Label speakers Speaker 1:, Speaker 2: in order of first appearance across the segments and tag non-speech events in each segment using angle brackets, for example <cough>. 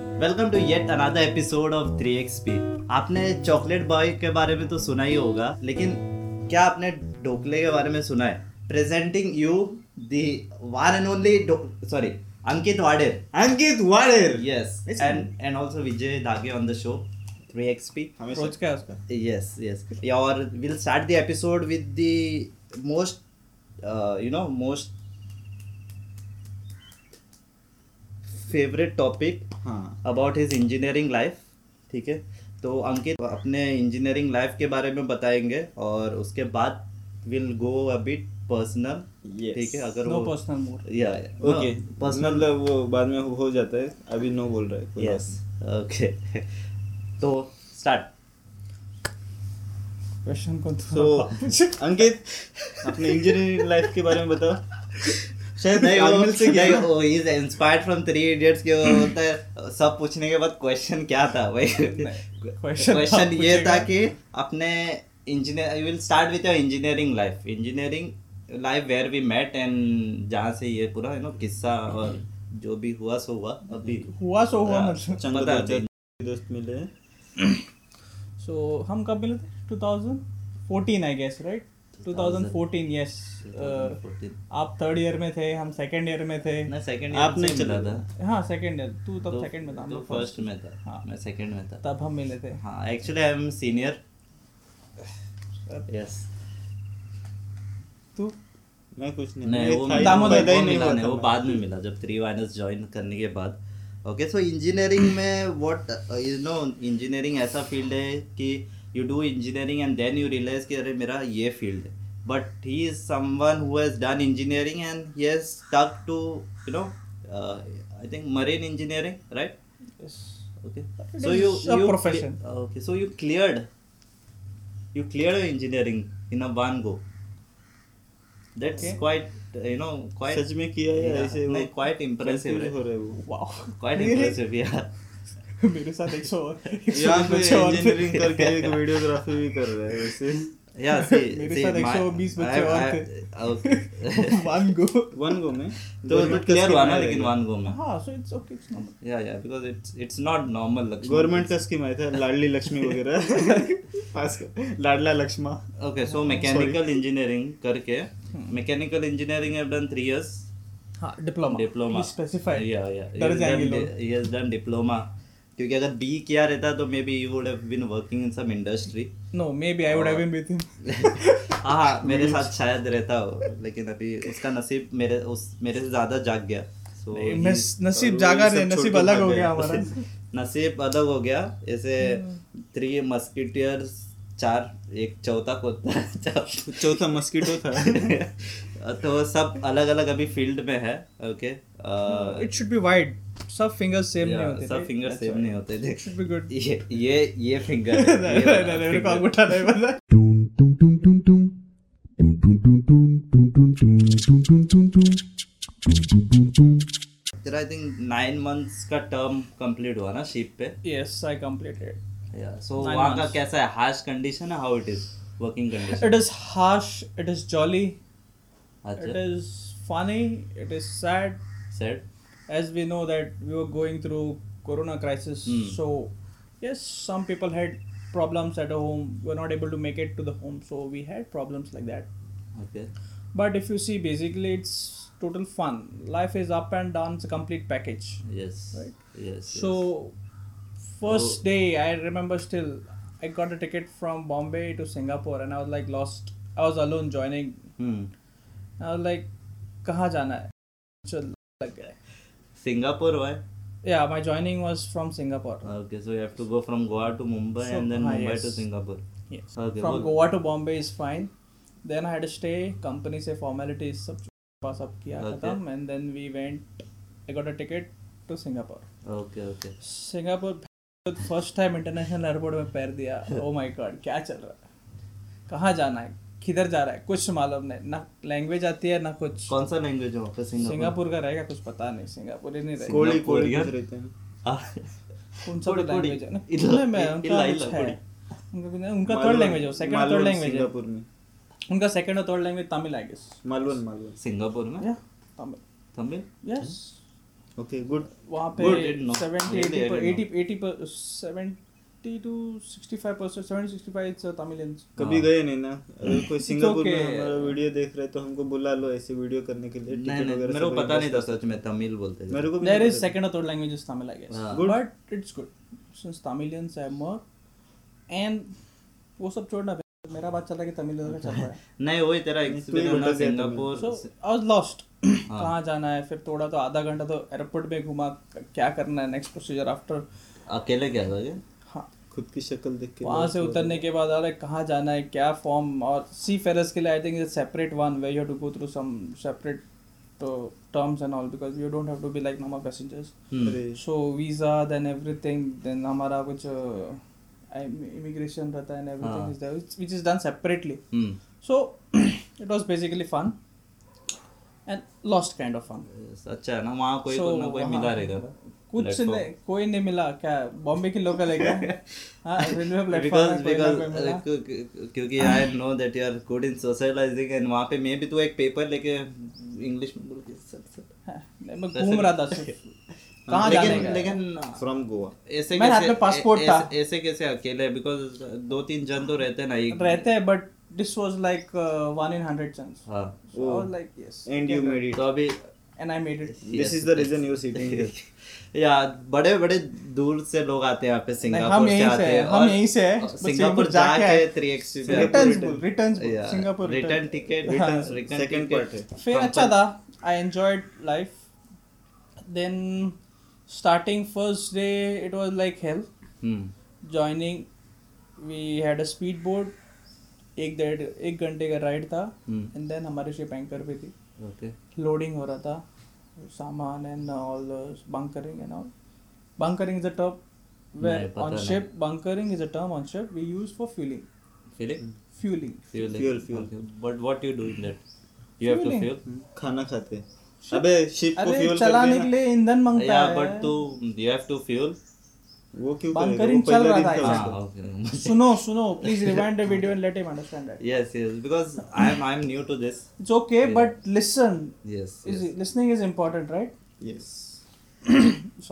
Speaker 1: Welcome to yet another episode of 3xp आपने chocolate boy के बारे में तो सुना ही होगा लेकिन क्या आपने ढोकले के बारे में सुना है presenting you the one and only sorry Ankit Vader
Speaker 2: Ankit Vader
Speaker 1: yes
Speaker 2: It's-
Speaker 1: and and also Vijay Dhage on the show 3xp
Speaker 2: सोच क्या है उसका
Speaker 1: यस यस और will start the episode with the most you know most favourite topic
Speaker 2: हाँ
Speaker 1: अबाउट हिज इंजीनियरिंग लाइफ ठीक है तो अंकित अपने इंजीनियरिंग लाइफ के बारे में बताएंगे और उसके बाद will go a bit personal
Speaker 2: Yes.
Speaker 1: ठीक है अगर
Speaker 3: नो
Speaker 1: वो
Speaker 3: पर्सनल मोड
Speaker 1: या
Speaker 2: ओके
Speaker 1: पर्सनल
Speaker 2: मतलब वो बाद में हो जाता है अभी नो बोल रहा है कोई बात
Speaker 1: यस ओके <laughs> तो स्टार्ट
Speaker 3: क्वेश्चन को
Speaker 2: नहीं। सो <laughs> अंकित अपने इंजीनियरिंग लाइफ के बारे में बताओ शायद
Speaker 1: नहीं वो
Speaker 2: आमिर से क्या
Speaker 1: नहीं वो is inspired from three idiots के वो होता है सब पूछने के बाद क्वेश्चन क्या था
Speaker 3: <laughs>
Speaker 1: वही
Speaker 3: क्वेश्चन
Speaker 1: क्वेश्चन ये था कि अपने engineer you will start with your engineering life engineering life where we met and जहाँ से ये पूरा यू नो किस्सा और जो भी हुआ सो हुआ अभी
Speaker 3: हुआ सो हुआ
Speaker 1: हाँ,
Speaker 3: मतलब
Speaker 2: चंग
Speaker 1: बता
Speaker 2: दो
Speaker 1: दे।
Speaker 2: चार दोस्त मिले
Speaker 3: <clears throat> सो हम कब मिले थे 2014 I guess right 2014 yes uh, आप थर्ड ईयर में थे हम सेकंड ईयर में थे
Speaker 1: ना सेकंड
Speaker 2: आप नहीं
Speaker 1: चला
Speaker 2: चले
Speaker 1: था
Speaker 3: हाँ सेकंड ईयर तू तब सेकंड में था हम
Speaker 1: तो
Speaker 3: लोग
Speaker 1: फर्स्ट में
Speaker 3: हाँ।
Speaker 1: था मैं सेकंड में था
Speaker 3: तब हम मिले थे
Speaker 1: हाँ actually I am senior yes
Speaker 3: तू
Speaker 2: मैं कुछ नहीं
Speaker 1: नहीं
Speaker 2: मैं
Speaker 1: वो
Speaker 2: था ही
Speaker 1: मिला,
Speaker 3: दामोदर
Speaker 1: वो
Speaker 2: पता ही नहीं
Speaker 1: मिला
Speaker 2: हुआ
Speaker 1: नहीं
Speaker 2: था
Speaker 1: वो
Speaker 2: मैं।
Speaker 1: बाद में मिला जब थ्री माइनस ज्वाइन करने के बाद ओके सो
Speaker 2: <coughs>
Speaker 1: इंजीनियरिंग में uh, what you know engineering ऐसा फील्ड है कि you do engineering and then you realise कि अरे मेरा ये फील्ड है but he is someone who has done engineering and he has stuck to you know uh, I think marine engineering right okay
Speaker 3: It
Speaker 1: so
Speaker 3: is
Speaker 1: you
Speaker 3: a
Speaker 1: you
Speaker 3: profession.
Speaker 1: Okay so you cleared you cleared engineering in a one go that's
Speaker 3: Okay.
Speaker 1: Quite you know quite
Speaker 2: सच में किया है या ऐसे
Speaker 1: नहीं quite impressive
Speaker 2: confused हो रहा है वो <laughs>
Speaker 3: वाओ
Speaker 1: क्वाइट इंप्रेसिव यार
Speaker 3: <laughs> मेरे साथ 100 और 100
Speaker 2: यहाँ पे
Speaker 3: बच्चे और
Speaker 2: इंजीनियरिंग करके एक वीडियोग्राफी भी कर रहा है वैसे
Speaker 1: या सी
Speaker 3: <laughs> मेरे
Speaker 1: सी
Speaker 3: साथ 120 बच्चे और थे। <laughs>
Speaker 1: Okay
Speaker 3: one
Speaker 1: <laughs>
Speaker 3: go
Speaker 2: one go में
Speaker 1: तो
Speaker 2: government का
Speaker 1: क्लियर
Speaker 2: scheme
Speaker 1: हुआ ना
Speaker 2: आया
Speaker 1: लेकिन
Speaker 2: था।
Speaker 1: वन गो में
Speaker 3: हाँ so it's okay it's normal
Speaker 1: yeah yeah because it's it's not normal Laxman
Speaker 2: government का स्कीम आया था लाडली
Speaker 1: <laughs>
Speaker 2: लक्ष्मी वगैरह पास कर लाडला Laxma
Speaker 1: okay so mechanical engineering करके mechanical engineering have done 3 years
Speaker 3: हाँ diploma
Speaker 1: diploma
Speaker 3: specified
Speaker 1: yeah yeah
Speaker 3: डर जाएंगे लोग
Speaker 1: ही हैज डन डिप्लोमा क्योंकि अगर बी किया रहता तो maybe you would have been working in some industry
Speaker 3: no maybe I would have been
Speaker 1: <laughs>
Speaker 3: with him <laughs>
Speaker 1: हाँ मेरे साथ शायद रहता हो लेकिन अभी उसका नसीब मेरे उस मेरे से ज्यादा जाग गया सो
Speaker 3: नस- नसीब
Speaker 2: और
Speaker 3: जागा
Speaker 2: ये
Speaker 3: नहीं
Speaker 2: सब
Speaker 3: नसीब
Speaker 2: छोड़
Speaker 3: अलग
Speaker 2: के
Speaker 3: हो
Speaker 2: भाग
Speaker 3: गया
Speaker 2: गए।
Speaker 1: <laughs>
Speaker 3: हमारा हम्म।
Speaker 1: नसीब अलग हो गया ऐसे थ्री मस्किटियर्स चार एक चौथा को <laughs> चार-
Speaker 2: चौथा मस्कीटो
Speaker 1: <laughs>
Speaker 2: था
Speaker 1: तो सब अलग अलग अभी फील्ड में है
Speaker 3: <laughs>
Speaker 1: okay
Speaker 3: it should be wide सब फिंगर्स सेम नहीं होते
Speaker 1: Uh, सब फिंगर सेम नहीं होते
Speaker 3: इट
Speaker 1: देख
Speaker 3: शुड बी
Speaker 1: <laughs>
Speaker 3: गुड
Speaker 1: ये ये ये
Speaker 3: <laughs>
Speaker 1: फिंगर
Speaker 3: नहीं नहीं मेरे को अंगूठा नहीं पता
Speaker 4: Dum dum dum dum dum. Dum dum dum dum dum dum dum dum dum dum dum. Dum dum dum dum.
Speaker 1: तेरा आई थिंक नाइन मंथ्स का टर्म कंप्लीट हुआ ना शिप पे
Speaker 3: yes I completed
Speaker 1: so
Speaker 3: Nine
Speaker 1: वहाँ का
Speaker 3: months.
Speaker 1: कैसा है harsh condition है how it is working condition
Speaker 3: it is harsh it is jolly it
Speaker 1: अच्छा
Speaker 3: is funny it is sad
Speaker 1: sad
Speaker 3: as we know that we were going through corona crisis
Speaker 1: Hmm.
Speaker 3: so yes some people had problems at home were not able to make it to the home so we had problems like that
Speaker 1: okay
Speaker 3: but if you see basically it's total fun life is up and down it's a complete package
Speaker 1: yes
Speaker 3: Right.
Speaker 1: yes
Speaker 3: so first
Speaker 1: So-
Speaker 3: day i remember still i got a ticket from bombay to singapore and i was like lost i was alone joining
Speaker 1: yes. hmm
Speaker 3: i was like kaha jana hai chal lag gaya
Speaker 1: singapore why
Speaker 3: yeah my joining was from singapore
Speaker 1: okay so you have to go from goa to mumbai
Speaker 3: So-
Speaker 1: and then
Speaker 3: ah,
Speaker 1: mumbai
Speaker 3: yes.
Speaker 1: to singapore
Speaker 3: Yes.
Speaker 1: Okay,
Speaker 3: From
Speaker 1: good.
Speaker 3: Goa to Bombay is fine. Then I had to stay. Company से formalities सब पास up किया
Speaker 1: Okay.
Speaker 3: खत्म and then we went. I got a ticket to Singapore.
Speaker 1: okay okay
Speaker 3: Singapore first time international airport में पैर दिया oh my God क्या चल रहा है कहाँ जाना है किधर जा रहा है कुछ मालूम नहीं ना लैंग्वेज आती है ना कुछ
Speaker 1: कौन सा लैंग्वेज है वहाँ पे सिंगापुर
Speaker 3: सिंगापुर का रहेगा कुछ पता नहीं सिंगापुर ही नहीं रहेगा
Speaker 2: कोड़ी कोड़ी
Speaker 1: Singaporean.
Speaker 2: कुछ रहते हैं
Speaker 1: <laughs>
Speaker 3: कौन सा
Speaker 1: कोड़ी- कोड़ी।
Speaker 3: लैंग्वेज है ना
Speaker 1: इला-
Speaker 3: नहीं, मैं-
Speaker 1: इला-
Speaker 3: उनका
Speaker 1: इला- इला-
Speaker 3: कुछ है।
Speaker 1: कोड़ी।
Speaker 3: उनका उनका थर्ड लैंग्वेज है सेकंड थर्ड लैंग्वेज है
Speaker 2: सिंगापुर में
Speaker 3: उनका सेकंड और third language Tamil I guess
Speaker 2: मालवन मालवन
Speaker 1: सिंगापुर में
Speaker 3: Tamil
Speaker 1: Tamil
Speaker 3: yes
Speaker 2: okay good
Speaker 1: हाँ।
Speaker 3: वहाँ पे
Speaker 1: Hmm? Good, didn't know.
Speaker 3: 70
Speaker 1: Really, I
Speaker 3: 80
Speaker 1: didn't
Speaker 3: per- 80 per- 70 to 65 percent 70 65 it's uh, Tamilians
Speaker 2: कभी
Speaker 1: हाँ।
Speaker 2: गए नहीं ना
Speaker 1: <laughs>
Speaker 2: अगर कोई सिंगापुर
Speaker 3: okay.
Speaker 2: में हमारा वीडियो देख रहा है तो हमको बुला लो ऐसे वीडियो करने के लिए
Speaker 1: नहीं
Speaker 2: टिकट
Speaker 1: नहीं
Speaker 2: वगैरह
Speaker 1: मेरे को
Speaker 2: सब
Speaker 1: पता नहीं था
Speaker 2: invest
Speaker 1: सच में तमिल बोलते थे
Speaker 2: मेरे को भी
Speaker 3: there
Speaker 2: नहीं
Speaker 3: is
Speaker 2: पता
Speaker 3: Ah. second or third language is Tamil I guess
Speaker 1: हाँ.
Speaker 2: Good.
Speaker 3: but it's good since Tamilians have more and वो सब छोड़ना भाई, मेरा बात चल रहा है कि तमिल में चल रहा <laughs> है
Speaker 1: नहीं वही तेरा
Speaker 2: तो
Speaker 1: एक्सपीरियंस
Speaker 2: ये
Speaker 1: होना
Speaker 2: बता दिया
Speaker 1: Singapore
Speaker 3: so I was lost कहाँ जाना है फिर थोड़ा तो आधा घंटा तो एयरपोर्ट में घुमा क्या करना है नेक्स्ट प्रोसीजर आफ्टर
Speaker 1: अकेले क्या था क्या
Speaker 3: हाँ
Speaker 2: खुद की शक्ल देख के
Speaker 3: वहाँ से उतरने के बाद अरे कहाँ जाना है क्या फॉर्म और सी फेरस के लिए I think separate one way you to go through some separate तो, terms and all because you don't have to be like normal passengers
Speaker 2: अरे
Speaker 3: so visa then everything then हमारा कुछ immigration रहता है and
Speaker 1: हाँ।
Speaker 3: Everything is which is done separately
Speaker 1: hmm
Speaker 3: so <clears throat> it was basically fun and lost kind of fun
Speaker 1: Yes, अच्छा है ना वहाँ कोई
Speaker 3: So,
Speaker 1: कोई ना कोई
Speaker 3: वहाँ
Speaker 1: मिला रहेगा
Speaker 3: कुछ
Speaker 1: Platform.
Speaker 3: नहीं कोई नहीं मिला क्या बॉम्बे की लोकल है क्या
Speaker 1: <laughs>
Speaker 3: हाँ रेलवे प्लेटफॉर्म
Speaker 1: बिकॉज
Speaker 3: में कोई ना कोई मिला
Speaker 1: क्योंकि I know that you are good in socialising and वहाँ पे मैं भी तू एक पेपर लेके इंग्लिश में बोल के सर सर
Speaker 3: हाँ, नहीं, मैं घूम रहा था सिर्फ
Speaker 1: <laughs>
Speaker 3: कहाँ जाने
Speaker 1: लेकिन
Speaker 3: का है?
Speaker 1: लेकिन
Speaker 2: फ्रॉम गोवा
Speaker 1: ऐसे
Speaker 3: मेरे हाथ
Speaker 1: कैसे
Speaker 3: में passport
Speaker 1: ऐ-
Speaker 3: था।
Speaker 1: ऐसे- ऐसे कैसे अकेले बिकॉज दो तीन जन तो रहते हैं ना एक
Speaker 3: रहते हैं but this was like one in hundred chance
Speaker 1: हाँ
Speaker 2: Oh.
Speaker 3: Like yes
Speaker 2: and you made it
Speaker 1: तो अभी
Speaker 3: and I made it
Speaker 2: this is the reason you seating
Speaker 1: <laughs>
Speaker 2: here
Speaker 1: yeah बड़े बड़े दूर से लोग आते हैं यहाँ पे
Speaker 3: हम
Speaker 1: सिंगापुर से
Speaker 3: यहीं से
Speaker 1: आते
Speaker 3: हैं,
Speaker 1: हैं
Speaker 3: हम
Speaker 1: और-
Speaker 3: यहीं से हैं,
Speaker 1: और
Speaker 3: बस
Speaker 1: सिंगापुर
Speaker 3: सिंगापुर जाके
Speaker 1: जाके
Speaker 3: आए।
Speaker 1: Three X
Speaker 3: returns bull returns bull Singapore हाँ,
Speaker 1: return ticket return return
Speaker 2: Second part है।
Speaker 1: टिकट
Speaker 3: फिर अच्छा था I enjoyed life then starting first day it was like hell
Speaker 1: Hmm,
Speaker 3: joining we had a speed boat एक डेढ़ एक घंटे का राइड था
Speaker 1: हम्म।
Speaker 3: एंड देन हमारे शिप एंकर पे थी
Speaker 1: ओके
Speaker 3: लोडिंग हो रहा था सामान and all bunkering and all bunkering is a
Speaker 1: नहीं,
Speaker 3: टर्म
Speaker 1: पता
Speaker 3: ऑन
Speaker 1: नहीं।
Speaker 3: Ship bunkering is a term on ship we use for fuelling Hmm.
Speaker 1: Feeling?
Speaker 3: Fuelling
Speaker 1: Fueling.
Speaker 2: Fuel, fuel.
Speaker 1: Okay. But what you do in that? You have to
Speaker 3: Fueling.
Speaker 1: fuel?
Speaker 2: खाना खाते हैं। अबे ship को
Speaker 3: अरे
Speaker 2: fuel
Speaker 3: चलाने के लिए ईंधन मांगता
Speaker 1: Yeah,
Speaker 3: है
Speaker 1: but to, you have to fuel?
Speaker 2: वो क्यों
Speaker 3: Bunkering
Speaker 2: करेगा? वो पहले
Speaker 3: चल रहा
Speaker 2: दिन
Speaker 3: था
Speaker 2: का
Speaker 3: ऐसा।
Speaker 2: उसका।
Speaker 1: Ah, okay.
Speaker 3: <laughs> सुनो सुनो please rewind the video and let him understand that
Speaker 1: yes, yes. Because I'm, I'm new to this.
Speaker 3: It's okay
Speaker 1: Yeah.
Speaker 3: But listen
Speaker 1: Yes,
Speaker 3: is
Speaker 1: yes.
Speaker 3: Listening is important right
Speaker 2: Yes.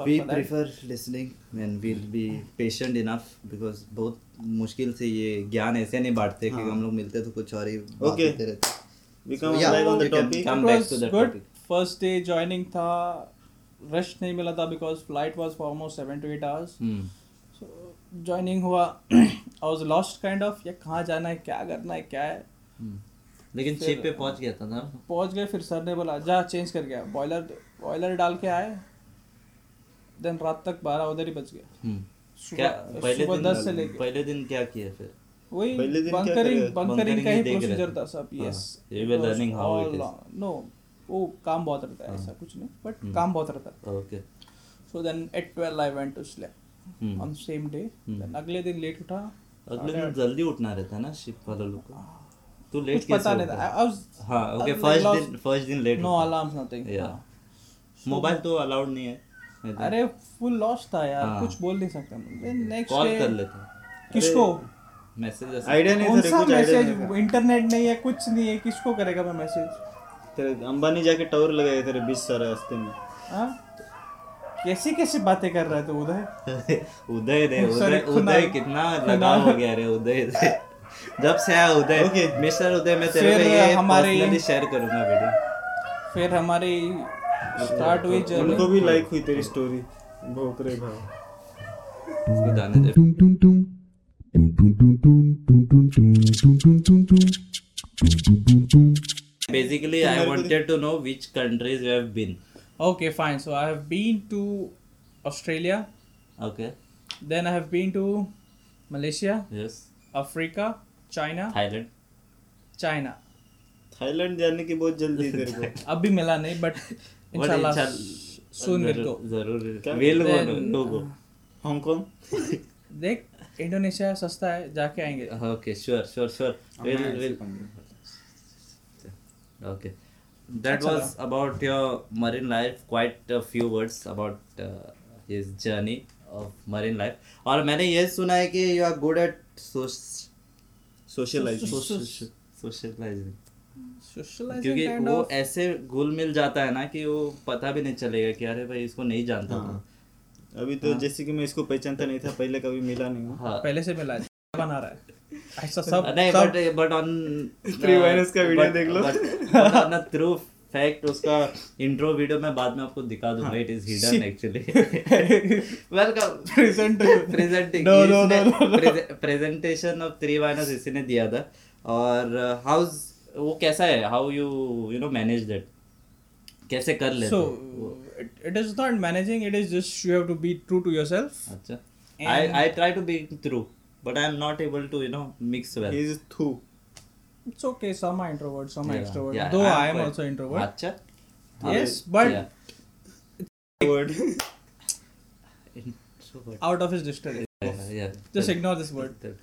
Speaker 1: We prefer listening and we'll be patient enough because बहुत मुश्किल से ये ज्ञान ऐसे नहीं बांटते
Speaker 3: हाँ।
Speaker 1: कि हम लोग मिलते तो कुछ और ही बात
Speaker 2: Okay.
Speaker 1: करते रहते
Speaker 2: We come
Speaker 1: Yeah,
Speaker 2: alive on the
Speaker 1: we can
Speaker 2: topic.
Speaker 1: come back to that
Speaker 3: good
Speaker 1: topic.
Speaker 3: First day joining था रश नहीं मिला था because flight was for almost seven to eight hours
Speaker 1: Hmm.
Speaker 3: So joining <clears throat> हुआ I was lost kind of ये कहाँ जाना है क्या करना है क्या है
Speaker 1: Hmm. लेकिन शिप पे पहुंच गया था ना
Speaker 3: पहुंच गए फिर सर ने बोला जा चेंज कर गया बॉयलर बॉयलर डाल के आए देन रात तक बारह उधर ही बच गया
Speaker 1: Hmm. क्या
Speaker 3: सुबह
Speaker 1: पहले
Speaker 3: सुबह
Speaker 1: दिन
Speaker 3: दस से लेके
Speaker 1: पहले दिन क्या किया फिर
Speaker 2: पहले
Speaker 3: वही
Speaker 2: दिन क्या
Speaker 3: बंकरिंग
Speaker 2: करे?
Speaker 3: बंकरिंग
Speaker 1: Bunkering
Speaker 3: का ही
Speaker 1: ही देख रहे
Speaker 3: प्रोसीजर
Speaker 1: थे।
Speaker 3: था सब
Speaker 1: हाँ,
Speaker 3: yes
Speaker 1: we were learning how it is. हाँ।
Speaker 3: नो वो काम बहुत रहता है ऐसा कुछ नहीं
Speaker 1: हम्म।
Speaker 3: बट काम बहुत रहता है
Speaker 1: okay
Speaker 3: so then at 12 I went to sleep
Speaker 1: hmm.
Speaker 3: On same day
Speaker 1: hmm.
Speaker 3: Then अगले दिन लेट उठा
Speaker 1: अगले दिन जल्दी उठना रहता है ना शिप वाले लोग को तू लेट
Speaker 3: हाँ। कुछ
Speaker 1: कैसे
Speaker 3: पता नहीं
Speaker 1: उठा?
Speaker 3: था आई वाज
Speaker 1: हाँ ओके फर्स्ट दिन फर्स्ट दिन late
Speaker 3: no alarms nothing
Speaker 1: Yeah. Mobile तो अलाउड नहीं है I think.
Speaker 3: अरे फुल लॉस था यार
Speaker 1: हाँ।
Speaker 3: कुछ बोल नहीं सकता देन नेक्स्ट
Speaker 1: कॉल कर
Speaker 3: डे
Speaker 1: लेते
Speaker 3: किसको
Speaker 1: मैसेज
Speaker 2: Idea नहीं
Speaker 3: कौन
Speaker 2: तेरे
Speaker 3: सा
Speaker 2: कुछ idea
Speaker 3: मैसेज
Speaker 2: नहीं था।
Speaker 3: इंटरनेट नहीं है कुछ नहीं है किसको करेगा मैं मैसेज
Speaker 2: तेरे अंबानी जाके टावर लगाया तेरे बीच सारा रास्ते में
Speaker 3: हाँ कैसी कैसी बातें कर रहा है तू उदय
Speaker 1: <laughs> उदय रे उदय
Speaker 3: Sorry,
Speaker 1: उदय
Speaker 3: कुनाल।
Speaker 1: कितना लगाव हो गया रे उदय से जब से आया उदय
Speaker 2: Okay.
Speaker 1: मिस्टर उदय मैं तेरे
Speaker 3: फिर
Speaker 1: को ये
Speaker 3: हमारे-
Speaker 1: हमारे शेयर करूंगा वीडियो
Speaker 3: फिर हमारी स्टार्ट हुई
Speaker 2: उनको
Speaker 3: जर्नी
Speaker 2: भी लाइक हुई तेरी स्टोरी भोक रे भाई
Speaker 1: इसको जाने दे basically I wanted to know which countries you have been
Speaker 3: okay fine so i have been to australia
Speaker 1: okay
Speaker 3: then i have been to malaysia
Speaker 1: yes
Speaker 3: africa china
Speaker 1: Thailand
Speaker 3: china
Speaker 2: Thailand जाने की बहुत जल्दी है तेरे को
Speaker 3: अब भी मिला नहीं
Speaker 1: <laughs>
Speaker 3: बट इंशाल्लाह soon we'll go
Speaker 1: जरूर
Speaker 2: क्या?
Speaker 1: Will go
Speaker 3: Then- uh,
Speaker 1: no go
Speaker 2: Hong Kong
Speaker 3: देख इंडोनेशिया सस्ता है जाके आएंगे
Speaker 1: Okay, sure, sure, sure. We'll, we'll, okay. That was about your marine life. Quite a few words about uh, his journey of marine life. और मैंने ये सुना है कि you are good at soc- <laughs>
Speaker 2: socialize
Speaker 1: soc- socializing. क्योंकि
Speaker 3: socializing kind
Speaker 1: वो
Speaker 3: of
Speaker 1: ऐसे घुल मिल जाता है ना कि वो पता भी नहीं चलेगा कि अरे भाई इसको नहीं जानता
Speaker 2: हाँ। अभी तो जैसे कि मैं इसको पहचानता नहीं था पहले कभी मिला नहीं हूँ
Speaker 1: हाँ
Speaker 3: पहले से मिला है बना रहा है ऐसा सब
Speaker 1: नहीं
Speaker 3: सब
Speaker 1: but but on
Speaker 2: Three
Speaker 1: uh,
Speaker 2: minus का video देख लो।
Speaker 1: लो थ्रू फैक्ट उसका इंट्रो वीडियो मैं बाद में आपको दिखा
Speaker 3: हाँ।
Speaker 1: दूंगा it is hidden
Speaker 3: <laughs>
Speaker 1: actually welcome
Speaker 3: present
Speaker 1: presenting
Speaker 3: No, no, no, no, no.
Speaker 1: Presentation of three minus इसी ने दिया था और हाउ वो कैसा है how you you know manage that कैसे कर लेते
Speaker 3: so
Speaker 1: हो? वो-
Speaker 3: it, it is not managing it is just you have to be true to yourself
Speaker 1: अच्छा
Speaker 3: And-
Speaker 1: I I try to be through but I am not able to you know mix well
Speaker 2: is थू
Speaker 3: it's okay some are introverts some are extroverts
Speaker 1: Yeah,
Speaker 3: though i am
Speaker 1: quite-
Speaker 3: also introvert
Speaker 1: अच्छा
Speaker 3: yes but
Speaker 1: Yeah.
Speaker 2: Word
Speaker 1: Introvert.
Speaker 3: out of his distance
Speaker 1: Yeah.
Speaker 3: just ignore this
Speaker 1: <laughs>
Speaker 3: word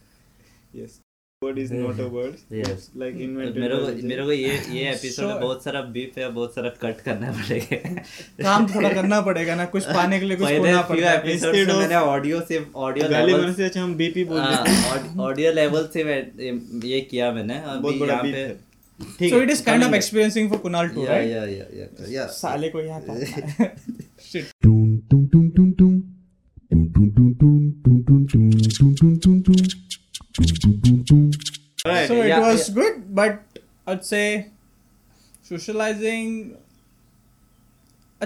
Speaker 2: yes word is not a word
Speaker 1: Yes.
Speaker 2: Like invented
Speaker 1: मेरे को मेरे को ये ये episode में
Speaker 3: Sure.
Speaker 1: बहुत सारा बीफ है बहुत सारा कट करना
Speaker 2: <laughs>
Speaker 1: पड़ेगा
Speaker 3: काम थोड़ा करना पड़ेगा ना कुछ पाने के लिए
Speaker 1: <laughs>
Speaker 3: कुछ खोना पड़ता है
Speaker 1: एपिसोड
Speaker 2: Instead
Speaker 1: में
Speaker 2: of-
Speaker 1: मैंने ऑडियो से ऑडियो
Speaker 2: गाली
Speaker 1: लेवल
Speaker 2: बोलने से अच्छा हम बीपी बोल
Speaker 1: हाँ।
Speaker 2: देते हैं।
Speaker 1: ऑडियो लेवल से मैं ये किया मैंने
Speaker 2: बहुत
Speaker 1: अभी
Speaker 2: बड़ा
Speaker 1: यहाँ
Speaker 2: beef
Speaker 1: पे
Speaker 2: है।
Speaker 1: ठीक
Speaker 3: so
Speaker 1: है,
Speaker 3: it is kind of
Speaker 1: समझ
Speaker 3: experiencing for kunal too
Speaker 1: गए। या
Speaker 3: right
Speaker 1: या या या या
Speaker 3: साले को यहाँ का
Speaker 1: <laughs>
Speaker 3: shit
Speaker 4: Dum dum dum dum dum. Dum dum dum dum dum dum dum dum dum dum dum. Dum dum dum dum.
Speaker 1: Alright,
Speaker 3: <laughs> so it
Speaker 1: yeah,
Speaker 3: was
Speaker 1: yeah.
Speaker 3: good but i'd say socializing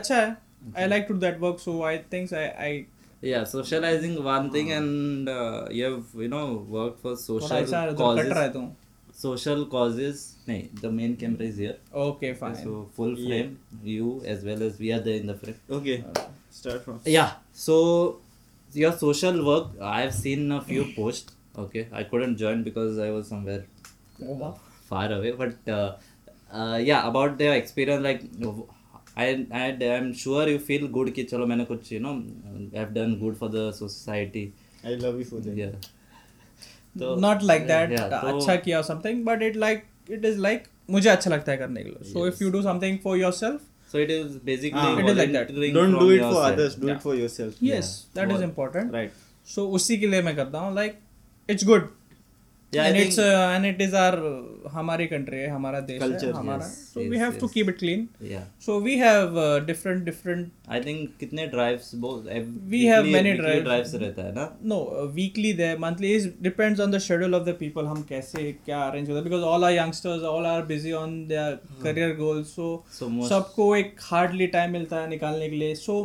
Speaker 3: अच्छा है i like to do that work so i think i i
Speaker 1: Yeah, socializing one thing and uh, you have you know worked for
Speaker 3: थोड़ा
Speaker 1: social
Speaker 3: ऐसा cut तो।
Speaker 1: causes.
Speaker 3: रहता हूँ
Speaker 1: Social causes. नहीं, the main camera is here.
Speaker 3: okay fine
Speaker 1: So full frame, you as well as we are there in the frame.
Speaker 2: Okay,
Speaker 1: हाँ।
Speaker 2: start from.
Speaker 1: Yeah. So your social work, I have seen a few posts. Okay, I couldn't join because I was somewhere
Speaker 3: Oh,
Speaker 1: uh, far away. But uh, uh, yeah, about their experience, like I, I, I'm sure you feel good कि चलो मैंने कुछ you know I've done good for the society.
Speaker 2: I love you for that.
Speaker 1: Yeah. तो-
Speaker 3: not like that
Speaker 1: Yeah, तो-
Speaker 3: अच्छा किया or something but it like it is like मुझे अच्छा लगता है करने के लिए so if you do something for yourself
Speaker 1: So it is basically
Speaker 2: Ah,
Speaker 3: it is like that.
Speaker 1: volunteering
Speaker 2: Don't
Speaker 1: from
Speaker 2: do it
Speaker 1: your
Speaker 2: for
Speaker 1: side.
Speaker 2: others. Do it
Speaker 3: Yeah.
Speaker 2: for yourself.
Speaker 3: yes that is important
Speaker 2: Right.
Speaker 3: so उसी के लिए मैं करता हूँ like it's good
Speaker 1: Yeah, I
Speaker 3: and
Speaker 1: think-
Speaker 3: it's uh, and it is our हमारी country है हमारा देश
Speaker 2: Culture,
Speaker 3: है हमारा
Speaker 1: yes,
Speaker 3: so we
Speaker 1: yes,
Speaker 3: have to
Speaker 1: yes.
Speaker 3: keep it clean
Speaker 1: Yeah.
Speaker 3: so we have uh, different different
Speaker 1: I think कितने drives both ev-
Speaker 3: We have
Speaker 1: weekly-
Speaker 3: many
Speaker 1: weekly
Speaker 3: drives.
Speaker 1: drives रहता है ना
Speaker 3: no uh, weekly there monthly is depends on the schedule of the people हम कैसे क्या arrange होता है because all our youngsters all are busy on their
Speaker 1: Hmm.
Speaker 3: career goals so
Speaker 1: So most
Speaker 3: सबको एक हार्डली टाइम मिलता है निकालने के लिए so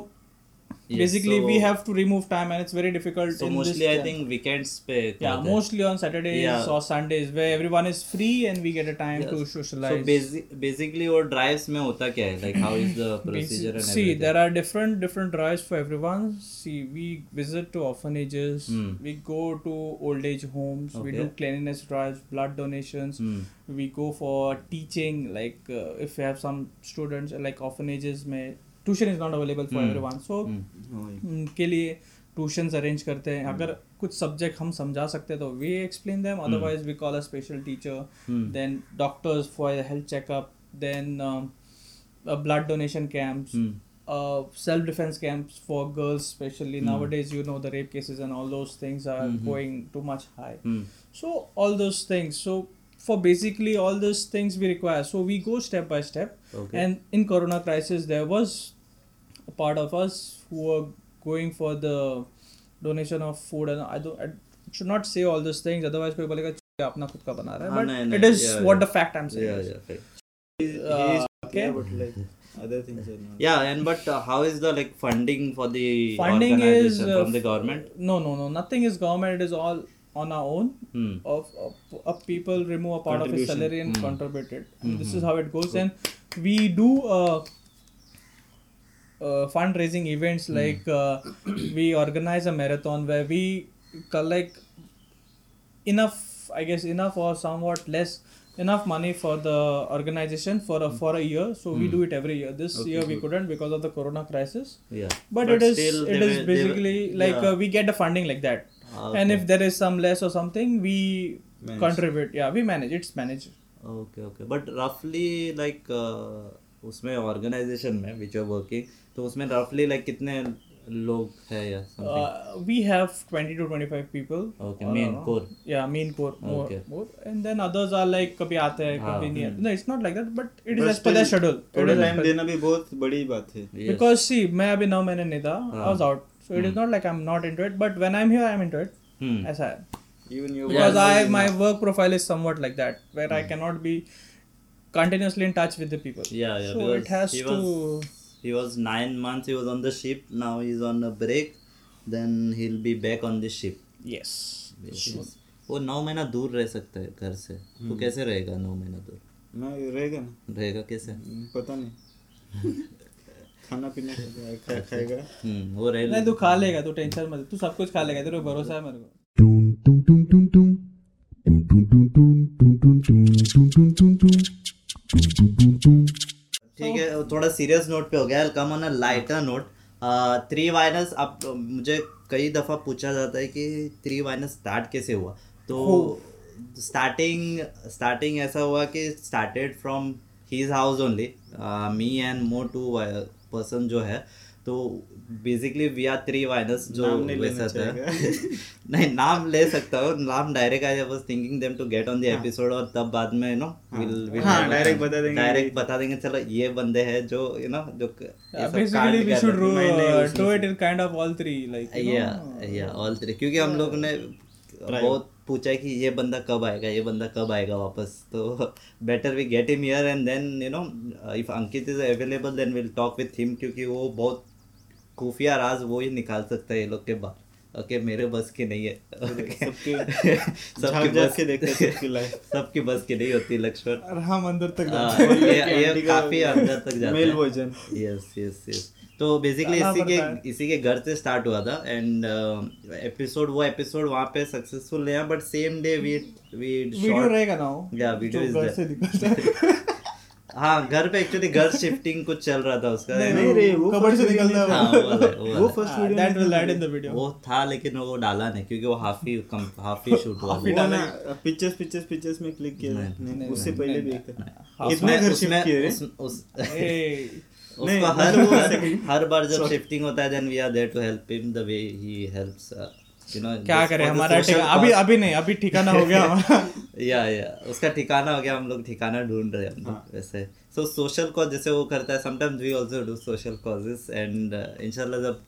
Speaker 1: Yes,
Speaker 3: basically
Speaker 1: so-
Speaker 3: we have to remove time and it's very difficult
Speaker 1: So mostly I think weekends पे
Speaker 3: yeah
Speaker 1: करते हैं।
Speaker 3: mostly on saturdays
Speaker 1: Yeah.
Speaker 3: or sundays where everyone is free and we get a time to socialize
Speaker 1: So basi- basically वो drives में होता क्या है? Like how is
Speaker 3: <laughs>
Speaker 1: the procedure and
Speaker 3: see
Speaker 1: everything?
Speaker 3: there are different different drives for everyone see we visit to orphanages we go to old age homes we do
Speaker 1: Hmm. Okay.
Speaker 3: cleanliness drives blood donations
Speaker 1: Hmm.
Speaker 3: we go for teaching like uh, if you have some students uh, like orphanages may tuition is not available for
Speaker 1: Hmm.
Speaker 3: everyone so उनके लिए tuitions arrange करते हैं अगर कुछ subject हम समझा सकते हैं तो we explain them otherwise we call a special teacher then doctors for health checkup then blood donation
Speaker 1: hmm. hmm,
Speaker 3: camps self defence camps for girls specially nowadays you know the rape cases and all those things are going too much high
Speaker 1: Hmm.
Speaker 3: so all those things so for basically all those things we require so we go step by step
Speaker 1: Okay.
Speaker 3: and in corona crisis there was a part of us who were going for the donation of food and i don't I should not say all those things otherwise कोई बोलेगा "चुप, अपना खुद का बना रहा है
Speaker 1: हाँ,
Speaker 3: but
Speaker 1: नहीं,
Speaker 3: it
Speaker 1: नहीं,
Speaker 3: is
Speaker 1: yeah,
Speaker 3: what
Speaker 1: yeah.
Speaker 3: the fact i'm saying
Speaker 1: Yeah,
Speaker 3: is.
Speaker 1: yeah, okay.
Speaker 2: He is, he is talking
Speaker 3: okay.
Speaker 2: about like other things. Are not.
Speaker 1: Yeah, and but uh, how is the like funding for the
Speaker 3: funding is
Speaker 1: organization
Speaker 3: uh,
Speaker 1: from the government?
Speaker 3: no no no nothing is government it is all on our own
Speaker 1: Hmm.
Speaker 3: of, of, of people remove a part of his
Speaker 2: Contribution.
Speaker 3: salary and contribute it and this is how it goes and we do uh, uh, fundraising events like uh, we organize a marathon where we collect enough i guess enough or somewhat less enough money for the organization for a for a year so we do it every year this year we couldn't because of the corona crisis
Speaker 1: Yeah.
Speaker 3: but,
Speaker 1: But
Speaker 3: it is
Speaker 1: still
Speaker 3: it
Speaker 1: they
Speaker 3: is
Speaker 1: will- they will-
Speaker 3: basically like
Speaker 1: yeah.
Speaker 3: uh, we get the funding like that
Speaker 1: Ah,
Speaker 3: and
Speaker 1: okay.
Speaker 3: if there is some less or something we
Speaker 2: Manage.
Speaker 3: contribute yeah we manage it's managed
Speaker 1: okay okay but रफली uh, like उसमें organisation में which are working तो उसमें रफली like कितने log hai yeah, something.
Speaker 3: Uh, we have 20 to 25 people.
Speaker 1: okay, main core.
Speaker 3: Yeah, main core more,
Speaker 1: Okay. Ah,
Speaker 3: more, and then others are like कभी आते हैं कभी नहीं आते no it's not like that but it is
Speaker 2: But
Speaker 3: as per their
Speaker 2: still,
Speaker 3: schedule it
Speaker 2: थोड़ा
Speaker 3: is as
Speaker 2: time
Speaker 3: per-
Speaker 2: देना भी बहुत बड़ी बात है
Speaker 1: Yes. Ah.
Speaker 3: because see मैं अभी नौ महीने नहीं था I was out so it is not like I'm not into it but when I'm here I'm into it
Speaker 1: Hmm.
Speaker 3: ऐसा है
Speaker 2: even your
Speaker 3: because I my work profile is somewhat like that where I cannot be continuously in touch with the people
Speaker 1: Hmm. Yeah, yeah.
Speaker 3: so
Speaker 1: because
Speaker 3: it has
Speaker 1: he
Speaker 3: to
Speaker 1: Was, he was nine months. He was on the ship. Now he's on a break. Then he'll be back on the ship.
Speaker 3: yes
Speaker 1: वो नौ महीना दूर रह सकता है घर से
Speaker 3: Hmm.
Speaker 1: तो कैसे रहेगा नौ महीना दूर
Speaker 2: ना ये रहेगा ना
Speaker 1: रहेगा कैसे
Speaker 3: Hmm.
Speaker 2: हम्म, पता नहीं खाना पीना खाएगा- खा- खाएगा
Speaker 1: हम्म वो रहेगा
Speaker 3: नहीं तू खा लेगा तू टेंशन मत ले, तू सब कुछ खा लेगा तेरे को भरोसा है मेरे को
Speaker 4: Dum dum dum dum dum. Dum dum dum dum dum dum dum dum dum dum dum. Dum dum dum dum.
Speaker 1: ठीक है वो थोड़ा सीरियस नोट पे हो गया कम ऑन अ लाइटर
Speaker 2: हाँ।
Speaker 1: नोट थ्री वाइनस आप मुझे कई दफ़ा पूछा जाता है कि थ्री वाइनस स्टार्ट कैसे हुआ तो स्टार्टिंग स्टार्टिंग ऐसा हुआ कि started from his house only me and मो टू पर्सन uh, जो है तो basically we are three wines जो
Speaker 2: नाम नहीं
Speaker 1: वैसा
Speaker 2: लेना
Speaker 1: था। <laughs> नहीं नाम ले सकता हो नाम direct I was thinking them to get on the episode और तब बाद में यू नो विल
Speaker 2: हाँ, direct बता देंगे।
Speaker 1: डायरेक्ट बता देंगे चलो ये बंदे हैं जो यू नो जो क- ये
Speaker 3: Yeah,
Speaker 1: सब कांड
Speaker 3: basically we
Speaker 1: कर
Speaker 3: should
Speaker 1: रहे
Speaker 3: do,
Speaker 2: नहीं, नहीं,
Speaker 3: uh,
Speaker 2: उसमें
Speaker 3: do it in kind of all three like
Speaker 1: हैं।
Speaker 3: you
Speaker 1: या
Speaker 3: know,
Speaker 1: या ऑल थ्री क्योंकि हम लोग ने बहुत पूछा कि ये बंदा कब आएगा ये बंदा कब आएगा वापस तो <laughs> better we get him here and then you know if Ankit is available then will talk with him क्योंकि वो बहुत खुफिया राज वो ही निकाल सकता है ये लोग के बाहर ओके मेरे बस की नहीं है <laughs> Okay.
Speaker 2: सबके
Speaker 1: सबकी
Speaker 2: झांक झांक
Speaker 1: बस
Speaker 2: के देखते हैं सबकी लाइफ
Speaker 1: <laughs> सबकी बस की नहीं होती लक्ष्मण
Speaker 3: और हम अंदर तक
Speaker 1: हाँ,
Speaker 3: जाते हैं।
Speaker 1: ये ये काफी अंदर तक जाता
Speaker 2: मेल
Speaker 1: है
Speaker 2: भोजन
Speaker 1: यस यस यस तो बेसिकली
Speaker 3: जाना
Speaker 1: इसी
Speaker 3: पड़ता
Speaker 1: के इसी के घर से स्टार्ट हुआ था एंड एपिसोड वो एपिसोड वहाँ पे सक्सेसफुल है but same day we we
Speaker 3: video रहेगा ना वो
Speaker 1: या वीडियो
Speaker 3: जो घर
Speaker 1: इज
Speaker 3: से निकलता है
Speaker 1: <laughs> हाँ घर पे एक्चुअली घर शिफ्टिंग कुछ चल रहा था उसका
Speaker 3: नहीं,
Speaker 2: नहीं रे वो
Speaker 3: कबड़ से
Speaker 2: first video
Speaker 3: निकलता
Speaker 2: नहीं
Speaker 3: है
Speaker 1: हाँ, वो वाला है, वो
Speaker 2: वो
Speaker 1: वाला
Speaker 2: first video
Speaker 3: that will add in the video
Speaker 1: वो था लेकिन वो डाला नहीं क्योंकि वो हाफ ही कम हाफ ही शूट हुआ
Speaker 2: वो ना पिक्चर्स पिक्चर्स पिक्चर्स में क्लिक किया
Speaker 1: नहीं,
Speaker 2: नहीं उससे पहले भी एक था
Speaker 1: उसमें-
Speaker 2: कितने घर
Speaker 1: उसमें-
Speaker 2: शिफ्ट किए रे?
Speaker 1: उस- उस
Speaker 3: ए
Speaker 2: नहीं,
Speaker 1: उसका हर
Speaker 2: मतलब
Speaker 1: बार हर बार जब शिफ्टिंग होता है then we are there to help him the way he helps you know
Speaker 3: क्या करें हमारा ठिकाना अभी अभी नहीं अभी ठिकाना हो
Speaker 1: <laughs>
Speaker 3: गया हमारा
Speaker 1: या या उसका ठिकाना हो गया हम लोग ठिकाना ढूंढ रहे हैं हम लोग
Speaker 2: हाँ।
Speaker 1: वैसे सो सोशल कॉज जैसे वो करता है sometimes we also do social causes and इंशाल्लाह uh, जब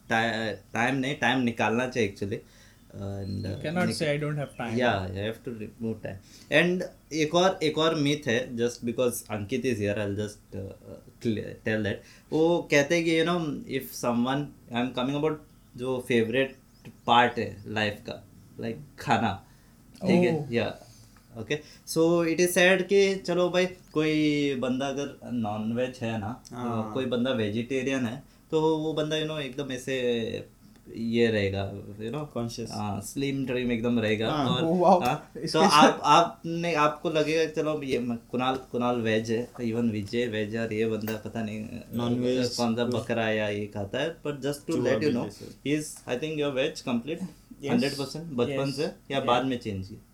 Speaker 1: टाइम नहीं टाइम निकालना चाहिए uh, actually
Speaker 3: cannot
Speaker 1: and
Speaker 3: say I don't have time
Speaker 1: या I have to remove time and एक और एक और मिथ है just because Ankit is here I just tell that वो कहते हैं कि you know if someone I am coming about जो फेवरेट पार्ट है लाइफ का लाइक खाना ठीक है
Speaker 3: Oh.
Speaker 1: या okay so it is said कि चलो भाई कोई बंदा अगर नॉन वेज है ना तो
Speaker 2: हाँ।
Speaker 1: कोई बंदा वेजिटेरियन है तो वो बंदा यू नो एकदम ऐसे ये रहेगा यू नो
Speaker 2: कॉन्शियस
Speaker 1: हाँ स्लिम ड्रीम एकदम रहेगा
Speaker 2: हाँ,
Speaker 1: और
Speaker 3: वो वाओ,
Speaker 1: हाँ, तो
Speaker 3: इसके
Speaker 1: आप आपने आपको लगेगा चलो ये म- कुणाल कुणाल वेज है इवन विजय वेज है और ये बंदा पता नहीं
Speaker 2: Non-veg,
Speaker 1: अ, कौन सा बकरा या ये खाता है बट जस्ट टू
Speaker 2: चूहा
Speaker 1: लेट यू
Speaker 2: भी
Speaker 1: नो
Speaker 2: जैसे।
Speaker 1: Is I think your veg complete hundred percent बचपन
Speaker 3: yes,
Speaker 1: से या बाद में चेंज किया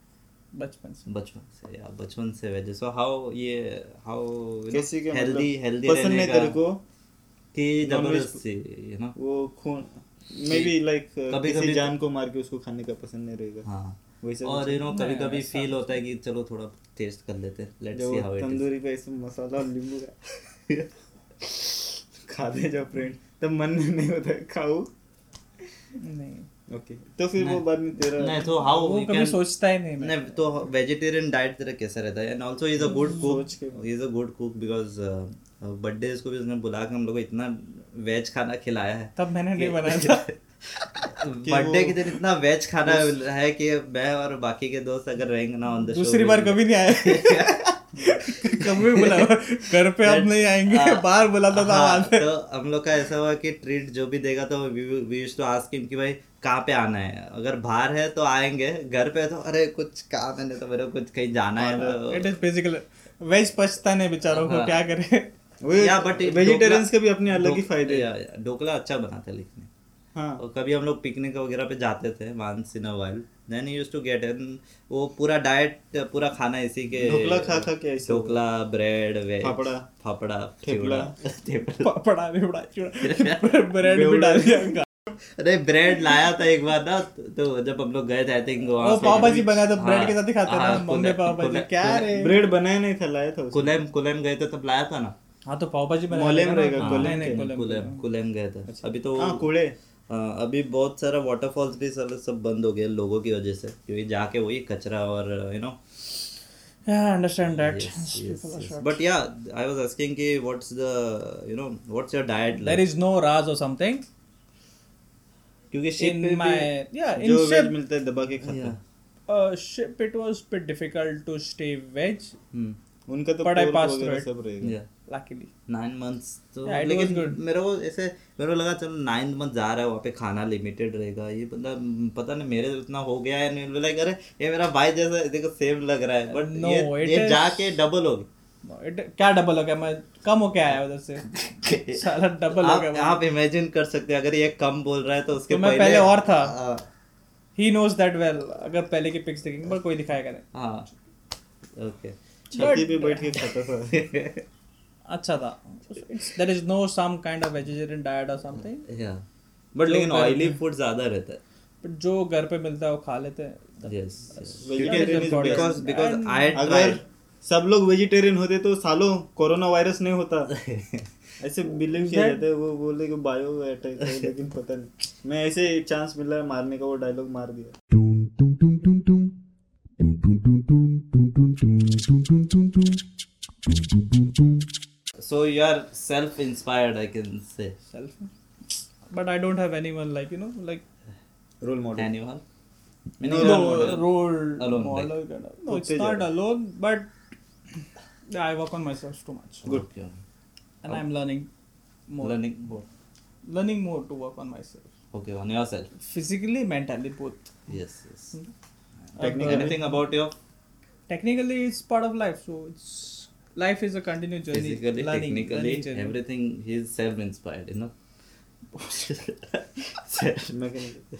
Speaker 3: बचपन से
Speaker 1: बचपन से या बचपन से वेज सो हाउ ये हाउ
Speaker 2: कैसे के
Speaker 1: हेल्दी हेल्दी
Speaker 2: मतलब? पसंद नहीं तेरे को
Speaker 1: कि
Speaker 2: Non-veg-
Speaker 1: जबरदस्ती यू नो
Speaker 2: वो खून मे बी लाइक
Speaker 1: कभी-
Speaker 2: किसी
Speaker 1: कभी-
Speaker 2: जान को मार के उसको खाने का पसंद नहीं रहेगा
Speaker 1: हाँ
Speaker 2: वैसे
Speaker 1: और
Speaker 2: कुछ-
Speaker 1: यू नो कभी कभी फील होता है कि चलो थोड़ा टेस्ट कर लेते हैं लेट्स
Speaker 2: जब
Speaker 1: सी
Speaker 2: वो
Speaker 1: हाउ इट इज
Speaker 2: तंदूरी पे ऐसे मसाला और नींबू का <laughs> खा दे जब फ्रेंड तब मन नहीं होता है, खाओ
Speaker 3: नहीं
Speaker 2: ओके तो फिर वो बाद में तेरा
Speaker 1: नहीं तो हाउ
Speaker 3: वो
Speaker 1: वी
Speaker 3: कभी
Speaker 1: कैन
Speaker 3: सोचता ही नहीं मैं
Speaker 1: नहीं तो वेजिटेरियन डाइट तेरा कैसा रहता है and also is a good
Speaker 2: सोच के-
Speaker 1: cook is a good cook because birthday uh, इसको भी उसने बुला के हम लोग को इतना वेज खाना खिलाया है
Speaker 3: तब मैंने नहीं
Speaker 1: <laughs>
Speaker 3: बनाया था
Speaker 1: बर्थडे के दिन इतना वेज खाना है कि मैं और बाकी के दोस्त अगर रहेंगे ना ऑन द
Speaker 3: दूसरी बार कभी नहीं आया कभी बुलावा घर पे हम नहीं आएंगे बाहर बुलाता था
Speaker 1: हाँ,
Speaker 3: बाद में।
Speaker 1: तो हम लोग का ऐसा हुआ कि ट्रीट जो भी देगा तो we use to ask him कि भाई कहाँ पे आना है अगर बाहर है तो आएंगे घर पे तो अरे कुछ काम है नहीं तो मेरे को कुछ कहीं जाना है तो
Speaker 3: इट इज बेसिकली वेज पछता नहीं बेचारों को क्या करे
Speaker 1: या बट
Speaker 2: वेजिटेरियंस के भी अपने अलग ही फायदे हैं
Speaker 1: या ढोकला अच्छा बनाता है लेकिन
Speaker 2: हाँ
Speaker 1: और कभी हम लोग पिकनिक वगैरह पे जाते थे once in a while then use to get an वो पूरा डाइट पूरा खाना इसी के
Speaker 2: ढोकला खा खा के ऐसे
Speaker 1: ढोकला ब्रेड वेज
Speaker 2: फाफड़ा।
Speaker 1: फाफड़ा
Speaker 2: ठेपला।
Speaker 1: <laughs> चिवड़ा, ठेपला
Speaker 3: पड़ा भी बड़ा ब्रेड भी डाल दिया
Speaker 1: अरे ब्रेड लाया था एक बार ना तो जब हम लोग गए थे आई थिंक
Speaker 3: वो पाव भाजी बनाया था,
Speaker 1: हाँ,
Speaker 3: ब्रेड तो के साथ ही खाते ना, मम्मी पाव भाजी, क्या रे?
Speaker 2: ब्रेड बनाया नहीं था लाया था उसको
Speaker 1: कुलेम कुलेम गए थे तब लाया था ना
Speaker 3: हाँ तो पाव भाजी बना
Speaker 2: मोले में
Speaker 3: लेना।
Speaker 2: रहेगा,
Speaker 3: हाँ,
Speaker 2: गोले में
Speaker 3: नहीं, नहीं, गोले में।
Speaker 1: कुलेम कुलेम गए थे
Speaker 3: अच्छा।
Speaker 1: अभी तो
Speaker 2: हाँ कूड़े
Speaker 1: हाँ, अभी बहुत सारा वाटरफॉल्स भी सब सब बंद हो गए लोगों की वजह से क्योंकि जाके वही कचरा और you know
Speaker 3: Yeah, I understand that. People are अच्छा, short.
Speaker 1: बट या आई वाज आस्किंग कि what's the you know what's your diet
Speaker 3: There
Speaker 1: like
Speaker 3: is no Raz or something
Speaker 1: क्योंकि ship
Speaker 3: in
Speaker 1: में
Speaker 3: my
Speaker 1: भी-
Speaker 3: yeah in
Speaker 2: जो veg
Speaker 3: ship
Speaker 2: मिलता है दबा के खाता
Speaker 1: Yeah.
Speaker 2: है
Speaker 3: uh, ship it was bit difficult to stay veg
Speaker 1: हम्म,
Speaker 2: उनका तो
Speaker 3: But I
Speaker 2: pork
Speaker 3: passed
Speaker 2: वगैरह
Speaker 3: through it.
Speaker 2: सब रहेगा
Speaker 1: yeah.
Speaker 3: luckily
Speaker 1: नाइन मंथ्स तो
Speaker 3: Yeah, it was
Speaker 1: लेकिन
Speaker 3: good.
Speaker 1: मेरे को ऐसे मेरे को लगा चलो नाइन मंथ जा रहा है वहाँ पे खाना लिमिटेड रहेगा ये बंदा म, पता नहीं मेरे उतना हो गया है नहीं लाइक अरे ये मेरा भाई जैसा देखो सेम लग रहा है बट
Speaker 3: No,
Speaker 1: ये
Speaker 3: it
Speaker 1: ये
Speaker 3: is-
Speaker 1: जाके डबल हो गया
Speaker 3: No, it- क्या डबल हो गया मैं कम हो गया आया उधर
Speaker 1: <laughs>
Speaker 3: से साला डबल हो
Speaker 1: आप-
Speaker 3: गया
Speaker 1: आप
Speaker 3: मुझे।
Speaker 1: इमेजिन कर सकते हैं अगर ये कम बोल रहा है तो उसके
Speaker 3: तो मैं पहले और था।
Speaker 1: हाँ,
Speaker 3: he knows that well अगर पहले के पिक्स देखेंगे पर कोई दिखाएगा नहीं
Speaker 1: हाँ ओके
Speaker 2: छाती पे बैठ के खाता था
Speaker 3: अच्छा था there is no some kind of vegetarian diet और समथिंग
Speaker 1: या बट
Speaker 3: जो
Speaker 1: लेकिन
Speaker 3: तो पहले-
Speaker 1: ऑयली फूड ज्यादा रहता है
Speaker 3: बट जो घर पे मिलता है वो खा लेते हैं
Speaker 1: yes
Speaker 2: Vegetarian is best.
Speaker 1: Because because I
Speaker 2: अगर सब लोग वेजिटेरियन होते तो सालों कोरोना वायरस नहीं
Speaker 3: <laughs>
Speaker 2: होता ऐसे बिलीव किया
Speaker 3: That-
Speaker 2: जाता है वो बोले कि बायो अटैक है लेकिन पता नहीं मैं ऐसे चांस मिला मारने का वो डायलॉग मार दिया
Speaker 4: Dum dum dum dum dum. Dum dum dum dum dum dum dum dum dum dum dum. Dum dum dum dum.
Speaker 1: So you are self inspired I can say
Speaker 3: self but I don't have anyone like you know like
Speaker 2: role model
Speaker 1: anyone
Speaker 3: role
Speaker 1: Alone,
Speaker 3: model
Speaker 1: like-
Speaker 3: no
Speaker 2: खुद
Speaker 3: it's
Speaker 2: से
Speaker 3: not
Speaker 2: जाता है।
Speaker 3: Alone but I work on my self too much
Speaker 1: good
Speaker 3: and
Speaker 1: Oh.
Speaker 3: I am learning more
Speaker 1: learning board
Speaker 3: learning more to work on my self
Speaker 1: okay on yourself
Speaker 3: physically mentally both
Speaker 1: yes yes
Speaker 3: technically
Speaker 1: anything about your
Speaker 3: technically it's part of life so it's life is a continue journey
Speaker 1: physically
Speaker 3: learning
Speaker 1: technically everything he is self inspired you know <laughs>
Speaker 2: मैं कह-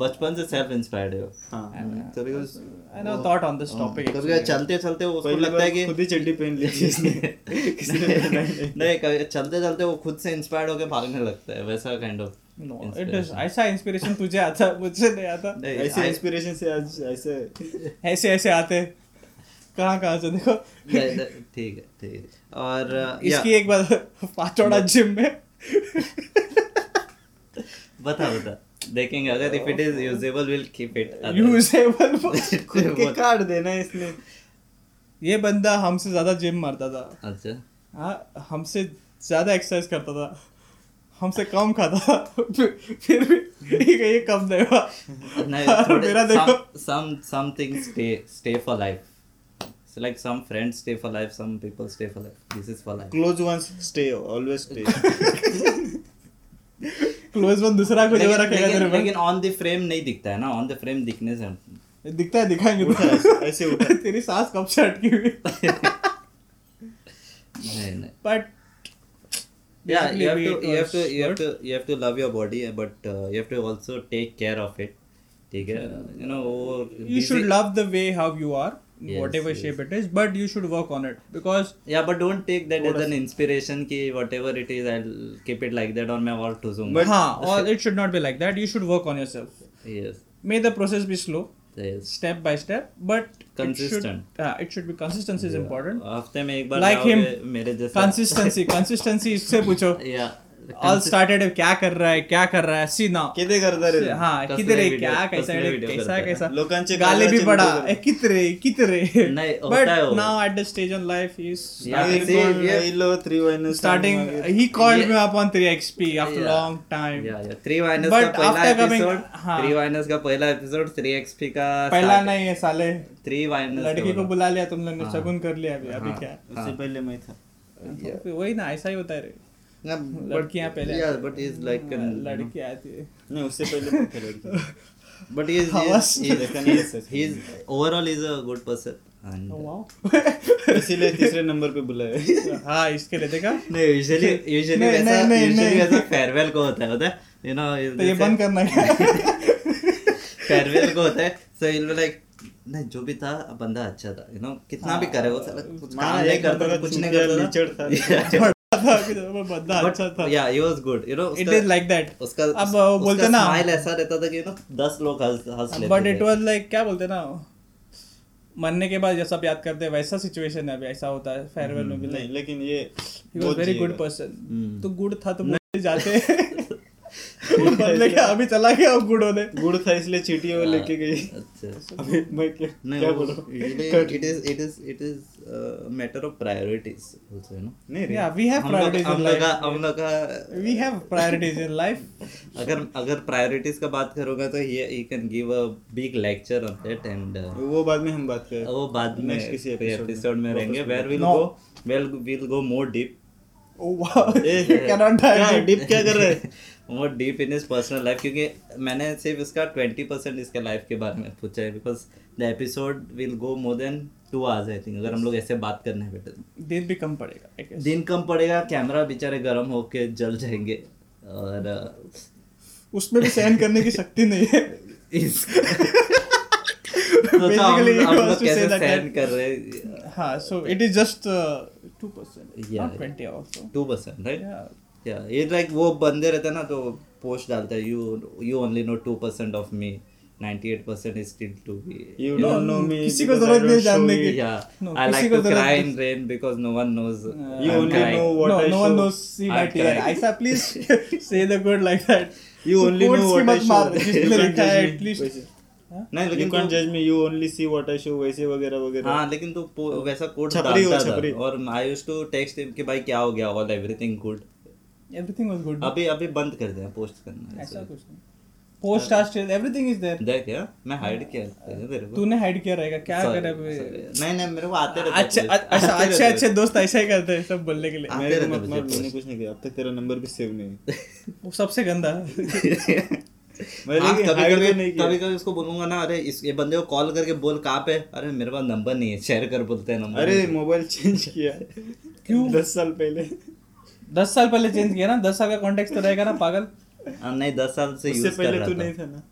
Speaker 1: बचपन से self inspired है वो
Speaker 2: हाँ
Speaker 1: कभी उस
Speaker 3: I no thought on
Speaker 1: Oh,
Speaker 3: this topic
Speaker 1: कभी चलते चलते वो उसको
Speaker 2: पहली
Speaker 1: लगता
Speaker 2: बार
Speaker 1: है कि
Speaker 2: खुद ही चड्डी पहन ली थी <laughs> इसने
Speaker 1: <laughs>
Speaker 2: किसी ने पहना ही नहीं
Speaker 1: नहीं कभी चलते चलते वो खुद से इंस्पायर्ड होकर भागने लगता है वैसा kind of
Speaker 3: no it is ऐसा इंस्पिरेशन तुझे आता मुझसे नहीं आता
Speaker 2: ऐसे इंस्पिरेशन से आज ऐसे
Speaker 3: ऐसे ऐसे आते हैं। कहाँ कहाँ से देखो
Speaker 1: ठीक है ठीक है और uh, yeah,
Speaker 3: इसकी एक बार पाचौड़ा जिम में
Speaker 1: बता बता देखेंगे अगर if it is usable will keep it
Speaker 3: usable
Speaker 2: खुद के कार्ड देना है इसने
Speaker 3: ये बंदा हमसे ज्यादा जिम मारता था <laughs>
Speaker 1: अच्छा
Speaker 3: हाँ हमसे ज्यादा एक्सरसाइज करता था हमसे कम खाता था फिर फिर भी ये कम नहीं हुआ और हाँ, मेरा देखो
Speaker 1: some some things stay stay for life. So like some friends stay for life, some people stay for life. This is for life.
Speaker 2: Close ones stay always stay
Speaker 3: close one दूसरा कुछ और
Speaker 1: लेकिन,
Speaker 3: रखेगा तेरे
Speaker 1: लेकिन, लेकिन on the frame नहीं दिखता है ना on the frame दिखने से हम- <laughs>
Speaker 3: पर दिखता है दिखाएंगे
Speaker 2: उठा
Speaker 3: तो।
Speaker 2: ऐसे- ऐसे उठा।
Speaker 3: तेरी सांस कब से अटकी हुई
Speaker 1: नहीं नहीं
Speaker 3: but
Speaker 1: yeah you have to you have to you have to you have to love your body but uh, you have to also take care of it ठीक है you know वो
Speaker 3: Hmm. you
Speaker 1: busy-
Speaker 3: should love the way how you are in
Speaker 1: Yes,
Speaker 3: whatever
Speaker 1: yes.
Speaker 3: shape it is but you should work on it because
Speaker 1: yeah but don't take that as an inspiration कि whatever it is I'll keep it like that और मैं और ठूसूंगा
Speaker 2: But-
Speaker 3: हाँ, or it should not be like that you should work on yourself
Speaker 1: yes
Speaker 3: may the process be slow
Speaker 1: yes
Speaker 3: step by step but
Speaker 1: Consistent. Uh,
Speaker 3: it should, हाँ, it should be consistency is important
Speaker 1: हफ्ते में एक बार
Speaker 3: Like
Speaker 1: जाओगे,
Speaker 3: him.
Speaker 1: मेरे जैसा <laughs>
Speaker 3: consistency consistency इससे पूछो
Speaker 1: या
Speaker 3: all started with क्या कर रहा है क्या कर रहा है see now
Speaker 2: किती करता रे तू?
Speaker 3: हाँ
Speaker 1: कसले
Speaker 3: किधरे
Speaker 1: video-
Speaker 3: क्या कैसा
Speaker 1: कसले video
Speaker 3: कैसा
Speaker 1: करता
Speaker 3: कैसा
Speaker 2: है. लोकांचे
Speaker 3: गाले
Speaker 2: गालाचे
Speaker 3: भी
Speaker 2: video
Speaker 3: पडा
Speaker 2: करता.
Speaker 3: ए, कितरे कितरे
Speaker 1: नाही, होता
Speaker 3: बट
Speaker 1: है वो.
Speaker 3: Now at the stage on life he
Speaker 1: Yeah,
Speaker 2: Nine
Speaker 1: see,
Speaker 2: gold,
Speaker 1: yeah.
Speaker 2: nine low, three minus,
Speaker 3: starting
Speaker 2: one market.
Speaker 3: he called
Speaker 1: Yeah.
Speaker 3: me up on 3xp after
Speaker 1: Yeah.
Speaker 3: long time
Speaker 1: yeah yeah three wines
Speaker 3: But
Speaker 1: का पहला
Speaker 3: after coming-
Speaker 1: episode
Speaker 3: हाँ.
Speaker 1: Three wines का पहला episode three XP का
Speaker 3: पहला नहीं है साले
Speaker 1: थ्री वाइनस
Speaker 3: लड़की को बुला लिया तुम लोग
Speaker 1: हाँ।
Speaker 3: ने शगुन कर लिया अभी अभी क्या
Speaker 2: उससे पहले मैं था
Speaker 3: तो वही ना ऐसा ही होता है रे लड़कियां पहले
Speaker 1: या बट इज लाइक
Speaker 3: <laughs> लड़की आती है
Speaker 2: नहीं उससे पहले मैं था लड़की
Speaker 1: बट
Speaker 3: <laughs>
Speaker 1: इज
Speaker 3: हवस।
Speaker 1: He is overall is a good person and
Speaker 3: Oh, wow.
Speaker 2: इसीलिए तीसरे नंबर पे
Speaker 1: <laughs>
Speaker 2: बुलाया
Speaker 3: हाँ इसके लिए देखा
Speaker 1: नहीं यूजुअली यूजुअली
Speaker 3: नहीं,
Speaker 1: वैसा
Speaker 3: नहीं, नहीं,
Speaker 1: यूजुअली
Speaker 3: नहीं।
Speaker 1: वैसा फेयरवेल को होता है होता है यू नो
Speaker 3: <laughs> तो ये बंद करना है
Speaker 1: फेयरवेल को होता है सो यू लाइक नहीं जो भी था
Speaker 3: हाँ,
Speaker 1: बंदा अच्छा था यू नो कितना भी करे वो साला कुछ काम
Speaker 2: मारा
Speaker 1: नहीं
Speaker 2: एक
Speaker 1: करता
Speaker 2: बंदा
Speaker 1: था
Speaker 2: का
Speaker 1: कुछ नहीं
Speaker 2: चूतिया
Speaker 1: <laughs> करता
Speaker 2: लीचड़ था।
Speaker 1: था Yeah.
Speaker 3: था कि वो बंदा अच्छा था
Speaker 1: या he was good you know
Speaker 3: it is like that
Speaker 1: उसका
Speaker 3: अब वो बोलते ना
Speaker 1: स्माइल ऐसा रहता था कि यू नो 10 लोग हंस हंस लेते
Speaker 3: बट इट
Speaker 1: थे।
Speaker 3: वाज लाइक क्या बोलते हैं ना मरने के बाद जैसा आप याद करते हैं वैसा सिचुएशन है अभी ऐसा होता है फेयरवेल में भी
Speaker 2: नहीं लेकिन ये
Speaker 3: ही वाज
Speaker 2: बहुत
Speaker 3: वेरी
Speaker 1: <laughs>
Speaker 2: <laughs> जिएगा।
Speaker 3: गुड पर्सन तो गुड था तो बोलते जाते <laughs> वो
Speaker 2: <laughs>
Speaker 3: बदले क्या अभी चला गया अब गुड होने
Speaker 2: गुड़ था इसलिए चीटी वो लेके गई
Speaker 1: हाँ। अच्छा
Speaker 2: अभी मैं क्या क्या बोल रहा हूँ
Speaker 1: it is it is it is uh, matter of priorities also you know
Speaker 2: नहीं रे
Speaker 3: या वी हैव
Speaker 1: हम लोग
Speaker 3: प्रायोरिटीज
Speaker 1: हम
Speaker 3: इन
Speaker 1: लोग का- हम लोग
Speaker 3: लाइफ
Speaker 1: का-
Speaker 3: we have priorities in life
Speaker 1: <laughs> अगर अगर प्रायोरिटीज का बात करोगे तो ये he can give a big lecture on that and
Speaker 2: वो बाद में हम बात करें
Speaker 1: uh, वो बाद में
Speaker 2: Next किसी episode में।
Speaker 1: एपिसोड में रहेंगे
Speaker 2: वापस
Speaker 1: where will
Speaker 3: No.
Speaker 1: Go well will go more deep
Speaker 3: oh
Speaker 1: <laughs>
Speaker 2: <laughs>
Speaker 3: wow
Speaker 2: a,
Speaker 3: you can not
Speaker 2: क्या डीप क्या कर रहे हैं
Speaker 1: more deep in is personal life क्योंकि मैंने सिर्फ इसका ट्वेंटी परसेंट इसके लाइफ के बारे में पूछा है because the episode will go more then two hours I think अगर हम लोग ऐसे बात करने बैठे तो
Speaker 3: <laughs> दिन भी कम पड़ेगा I guess.
Speaker 1: दिन कम पड़ेगा कैमरा बेचारे गर्म होके जल जाएंगे और uh, अ,
Speaker 3: उसमें भी सहन करने की शक्ति नहीं है
Speaker 2: <laughs>
Speaker 1: इस <laughs> सोचा हम-
Speaker 3: Basically, it
Speaker 1: हम
Speaker 3: was
Speaker 1: लोग
Speaker 3: to say
Speaker 1: कैसे
Speaker 3: that-
Speaker 1: सहन कर रहे हैं
Speaker 3: हाँ so it is just two percent
Speaker 1: Yeah.
Speaker 3: Not twenty also
Speaker 1: two percent right
Speaker 3: Yeah.
Speaker 1: या ये लाइक वो बंदे रहते हैं ना तो पोस्ट डालता है you you only know two percent of me ninety eight percent is still to be
Speaker 2: you
Speaker 3: No,
Speaker 2: don't know me
Speaker 3: किसी को जरूरत नहीं है जानने की।
Speaker 1: या
Speaker 3: No,
Speaker 1: आई
Speaker 3: किसी
Speaker 1: लाइक
Speaker 3: को तो
Speaker 1: टू
Speaker 3: जरूरत
Speaker 1: क्राई
Speaker 3: नहीं।
Speaker 1: In rain because no one knows
Speaker 2: You only know what
Speaker 3: no,
Speaker 2: I
Speaker 3: no one
Speaker 2: show.
Speaker 3: knows see my
Speaker 1: I'm
Speaker 3: tear.
Speaker 1: crying.
Speaker 3: Aisa, please say the good like that.
Speaker 2: You
Speaker 3: So
Speaker 2: only
Speaker 3: quotes
Speaker 2: know
Speaker 3: की
Speaker 2: what
Speaker 3: मत
Speaker 2: I show
Speaker 3: मार, जिसने लिखा है at least
Speaker 1: नहीं
Speaker 2: you
Speaker 1: लेकिन
Speaker 2: can
Speaker 1: तो-
Speaker 2: जज me you only see what I show वैसे वगैरह वगैरह
Speaker 1: हाँ लेकिन तो पो- वैसा कोड
Speaker 2: छपरी हो,
Speaker 1: डालता
Speaker 2: छपरी।
Speaker 1: था और I used to text him कि भाई क्या हो गया all everything good
Speaker 3: everything was good
Speaker 1: अभी अभी बंद कर दिया पोस्ट करना
Speaker 3: ऐसा
Speaker 1: ऐसे।
Speaker 3: कुछ नहीं post asked everything is there
Speaker 1: देख यार मैं हाइड किया है तेरे को
Speaker 3: तूने हाइड किया रहेगा क्या
Speaker 1: Sorry,
Speaker 3: करे
Speaker 1: sorry। नहीं नहीं मेरे को आते रहते
Speaker 3: अच्छे
Speaker 1: post।
Speaker 3: अच्छा
Speaker 1: आते
Speaker 3: अच्छे
Speaker 1: रहते।
Speaker 3: अच्छे दोस्त ऐसा ही करते हैं सब बोलने के लिए
Speaker 1: आते
Speaker 2: मेरे को
Speaker 1: रहते
Speaker 2: मत मार
Speaker 1: मुझे
Speaker 2: मैंने कुछ नहीं किया अब तक तेरा नंबर भी सेव नहीं
Speaker 1: <laughs>
Speaker 2: है
Speaker 3: वो सबसे गंदा
Speaker 2: मैं लेकिन hide तो नहीं किया
Speaker 1: कभी कभी उसको बोलूंगा ना अरे इस ये बंदे को कॉल करके बोल कहाँ पे अरे मेरे पास नंबर नहीं है शेयर कर बोलते हैं नंबर
Speaker 2: <laughs> अरे मोबाइल चेंज किया क्यों दस साल <laughs> पहले
Speaker 3: दस साल पहले चेंज किया ना दस साल का कॉन्टेक्ट तो रहेगा ना पागल
Speaker 1: हाँ, नहीं दस साल से
Speaker 2: उससे
Speaker 1: यूज कर
Speaker 2: पहले
Speaker 1: रहा
Speaker 2: तू
Speaker 1: था
Speaker 2: नहीं था ना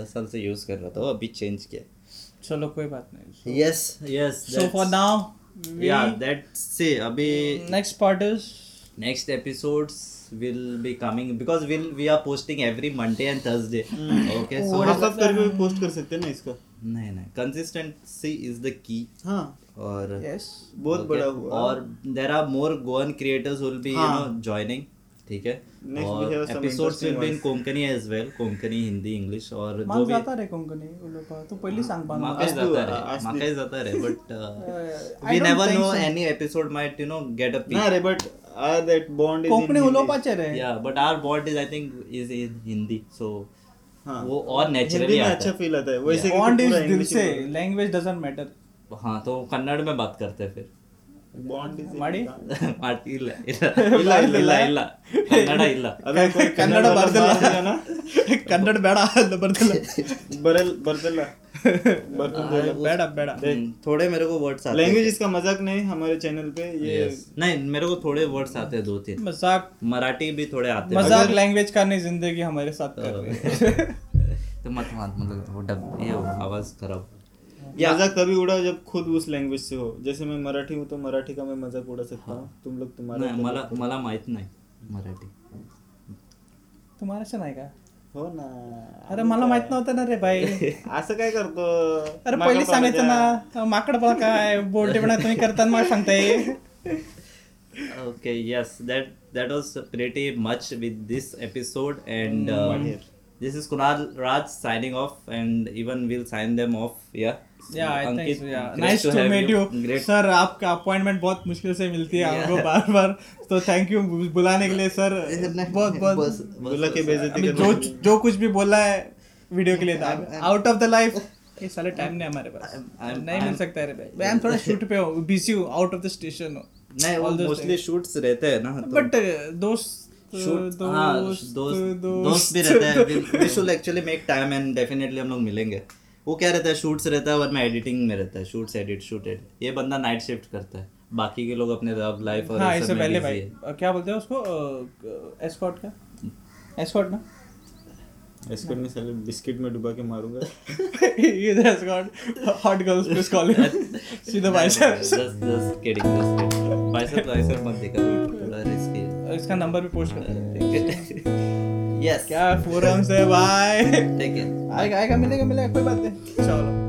Speaker 1: दस साल से यूज कर रहा था वो अभी चेंज किया
Speaker 3: चलो कोई बात नहीं
Speaker 1: yes yes
Speaker 3: so for now
Speaker 1: yeah that's से अभी
Speaker 2: Mm,
Speaker 3: next part is
Speaker 1: next episodes will be coming because we'll we are posting every monday and thursday
Speaker 2: Mm.
Speaker 1: okay so
Speaker 2: WhatsApp करके भी पोस्ट कर सकते हैं ना इसका
Speaker 1: नहीं नहीं consistency is the key
Speaker 2: हाँ
Speaker 1: और
Speaker 3: यस
Speaker 2: बहुत
Speaker 1: okay,
Speaker 2: बड़ा हुआ
Speaker 1: और there are more goan creators will be you
Speaker 2: हाँ।
Speaker 1: know joining ठीक है
Speaker 2: Next we
Speaker 1: और
Speaker 2: have some
Speaker 1: episodes
Speaker 2: interesting
Speaker 1: will be in
Speaker 2: ones.
Speaker 1: Konkani as well Konkani Hindi English और
Speaker 3: मांग
Speaker 1: जो भी हाँ,
Speaker 3: जाता रे कोंकणी उलोपा तू
Speaker 2: हाँ।
Speaker 3: पहिली सांग पान
Speaker 1: माका ही
Speaker 2: आज
Speaker 1: जाता
Speaker 2: तू-
Speaker 1: रहे
Speaker 2: आज
Speaker 1: माका ही
Speaker 2: तू-
Speaker 1: जाता रहे
Speaker 2: <laughs>
Speaker 1: but uh,
Speaker 3: Uh, I
Speaker 1: we
Speaker 3: don't
Speaker 1: never
Speaker 3: think
Speaker 1: know
Speaker 3: so.
Speaker 1: any episode might you know get a peek.
Speaker 2: ना रे uh, but are that bond is
Speaker 3: Konkani उलोपाचे रे
Speaker 1: yeah but our bond is i think is in hindi so
Speaker 2: हाँ।
Speaker 1: वो और
Speaker 2: Hindi
Speaker 1: naturally
Speaker 2: में अच्छा feel आता है वैसे कि तो-
Speaker 3: बॉन्ड
Speaker 2: तू
Speaker 3: इज
Speaker 2: पूरा
Speaker 3: दिल
Speaker 2: English
Speaker 3: से
Speaker 2: में बोल।
Speaker 3: लैंग्वेज डजंट मैटर
Speaker 1: हाँ तो कन्नड़ में बात करते हैं फिर
Speaker 2: Bond is in-
Speaker 3: माड़ी?
Speaker 1: <laughs> ಮಾಡ್ತಿ- ಇಲ್ಲ ಇಲ್ಲ ಇಲ್ಲ ಇಲ್ಲ ಇಲ್ಲ ಇಲ್ಲ ಕನ್ನಡ <laughs> ಇಲ್ಲ
Speaker 2: ಅದೇ ಕೊಯ್
Speaker 3: ಕನ್ನಡ
Speaker 2: ಕನ್ನಡ
Speaker 3: ಬರ್ದಿಲ್ಲ.
Speaker 2: ಬರ್ದಿಲ್ಲ
Speaker 3: ಕನ್ನಡ ಬೇಡ ಅಲ್ಲ ಬರ್ತಿಲ್ಲ
Speaker 2: ಬರಲ್
Speaker 1: <laughs>
Speaker 2: ಬರ್ದಿಲ್ಲ ಬರ್ತಿಲ್ಲ
Speaker 3: ಬೇಡ ಬೇಡ
Speaker 1: हम्म, थोड़े मेरे को वर्ड्स आते
Speaker 2: लैंग्वेज इसका मजाक नहीं हमारे चैनल पे ये
Speaker 1: Yes. नहीं मेरे को थोड़े वर्ड्स आते हैं दो तीन
Speaker 3: मजाक
Speaker 1: मराठी भी थोड़े आते हैं
Speaker 3: मजाक लैंग्वेज का नहीं जिंदगी हमारे साथ कर रही
Speaker 1: <laughs>
Speaker 3: है
Speaker 1: तो मत मत मतलब वो डब ये वो आवाज खराब
Speaker 2: मजाक तभी उड़ाओ जब खुद उस लैंग्वेज से हो जैसे मैं मराठी हूँ तो मराठी का मैं मजाक उड़ा सकता हूँ तुम लोग तुम्हारा
Speaker 1: नाही मला मला माहित नाही मराठी
Speaker 3: तुम्हाला असं नाही का
Speaker 2: हो ना
Speaker 3: अरे मला माहित नव्हतं ना रे भाई
Speaker 2: <laughs> असं काय करतो
Speaker 3: अरे
Speaker 2: मागं
Speaker 3: पहिले
Speaker 2: पळा
Speaker 3: सांगायचं
Speaker 2: द्या.
Speaker 3: ना माकड पण काय बोलटेपणा तुम्ही करताना मला सांगताय
Speaker 1: okay yes that that was pretty much with this episode and uh, this is kunal raj signing off and even we'll sign them off yeah
Speaker 3: yeah I think yeah
Speaker 1: great
Speaker 3: nice to
Speaker 1: have
Speaker 3: met
Speaker 1: you.
Speaker 3: You
Speaker 1: great
Speaker 3: sir आपका appointment बहुत मुश्किल से मिलती है हमको बार बार तो thank you बुलाने के लिए सर बहुत बहुत
Speaker 1: बस- बस-
Speaker 2: बोला के बेइज्जती
Speaker 3: अभी जो
Speaker 2: करना
Speaker 3: जो कुछ भी बोला है वीडियो के लिए तो था आउट ऑफ द लाइफ <laughs> ये साले टाइम नहीं हमारे पास
Speaker 1: I'm-
Speaker 3: नहीं मिल सकता है रे भाई मैं थोड़ा शूट पे हूँ बिजी हूँ आउट ऑफ द स्टेशन हूँ
Speaker 1: नहीं वो
Speaker 3: all those
Speaker 1: मोस्टली शूट्स रहते हैं ना तो
Speaker 3: बट दोस्त
Speaker 1: shoot- हाँ,
Speaker 3: दोस्त-
Speaker 1: दोस्त दोस्त
Speaker 3: दोस्त
Speaker 1: भी रहते हैं we should actually make time and definitely हम लोग मिलेंगे वो क्या रहता है शूट्स रहता है और मैं एडिटिंग में रहता है शूट्स एडिट शूट एडिट ये बंदा नाइट शिफ्ट करता है बाकी के लोग अपने लव लाइफ और
Speaker 3: हाँ
Speaker 1: ये सब
Speaker 3: इससे
Speaker 1: में
Speaker 3: पहले
Speaker 1: busy
Speaker 3: भाई
Speaker 1: है।
Speaker 3: अ, क्या बोलते हैं उसको एस्कॉट का एस्कॉट ना <laughs>
Speaker 2: इसको मैं साले बिस्किट में डुबा के मारूंगा
Speaker 3: इधर <laughs> escort hot girls please calling <laughs> सीधा भाई साहब
Speaker 1: just just kidding just kidding bicep bicep मत दिखा थोड़ा रिस्की
Speaker 3: इसका नंबर भी पोस्ट कर
Speaker 1: यस
Speaker 3: <laughs> क्या फोरम से भाई
Speaker 1: टेक इट
Speaker 3: <laughs> आएगा आएगा मिलेगा मिलेगा कोई बात नहीं चलो